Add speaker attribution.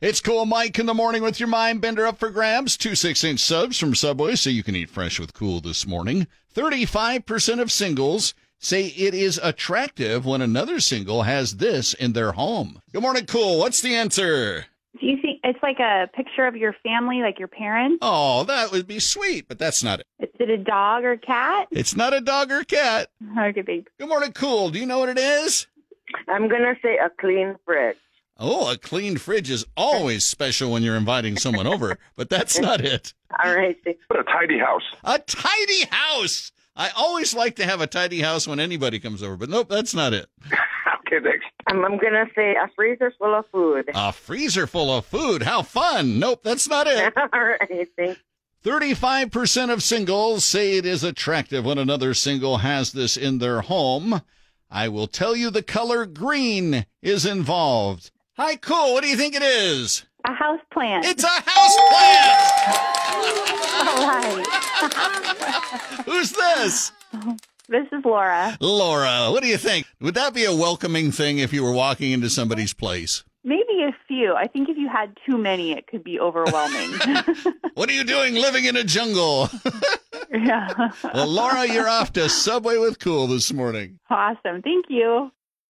Speaker 1: It's Cool Mike in the morning with your mind bender up for grabs. Two six inch subs from Subway so you can eat fresh with cool this morning. 35% of singles say it is attractive when another single has this in their home. Good morning, Cool. What's the answer?
Speaker 2: Do you think it's like a picture of your family, like your parents?
Speaker 1: Oh, that would be sweet, but that's not it.
Speaker 2: Is it a dog or cat?
Speaker 1: It's not a dog or cat.
Speaker 2: Okay, big.
Speaker 1: Good morning, Cool. Do you know what it is?
Speaker 3: I'm gonna say a clean fridge.
Speaker 1: Oh, a clean fridge is always special when you're inviting someone over, but that's not it.
Speaker 3: All right. see.
Speaker 4: What a tidy house.
Speaker 1: A tidy house. I always like to have a tidy house when anybody comes over, but nope, that's not it.
Speaker 4: Okay, next.
Speaker 3: Um, I'm gonna say a freezer full of food.
Speaker 1: A freezer full of food. How fun. Nope, that's not it.
Speaker 3: All right. see.
Speaker 1: 35% of singles say it is attractive when another single has this in their home. I will tell you the color green is involved. Hi, cool. What do you think it is?
Speaker 2: A house plant.
Speaker 1: It's a house plant.
Speaker 2: All right.
Speaker 1: Who's this?
Speaker 2: This is Laura.
Speaker 1: Laura, what do you think? Would that be a welcoming thing if you were walking into somebody's place?
Speaker 2: Maybe a few. I think if you had too many, it could be overwhelming.
Speaker 1: What are you doing living in a jungle?
Speaker 2: yeah.
Speaker 1: well, Laura, you're off to Subway with Cool this morning.
Speaker 2: Awesome. Thank you.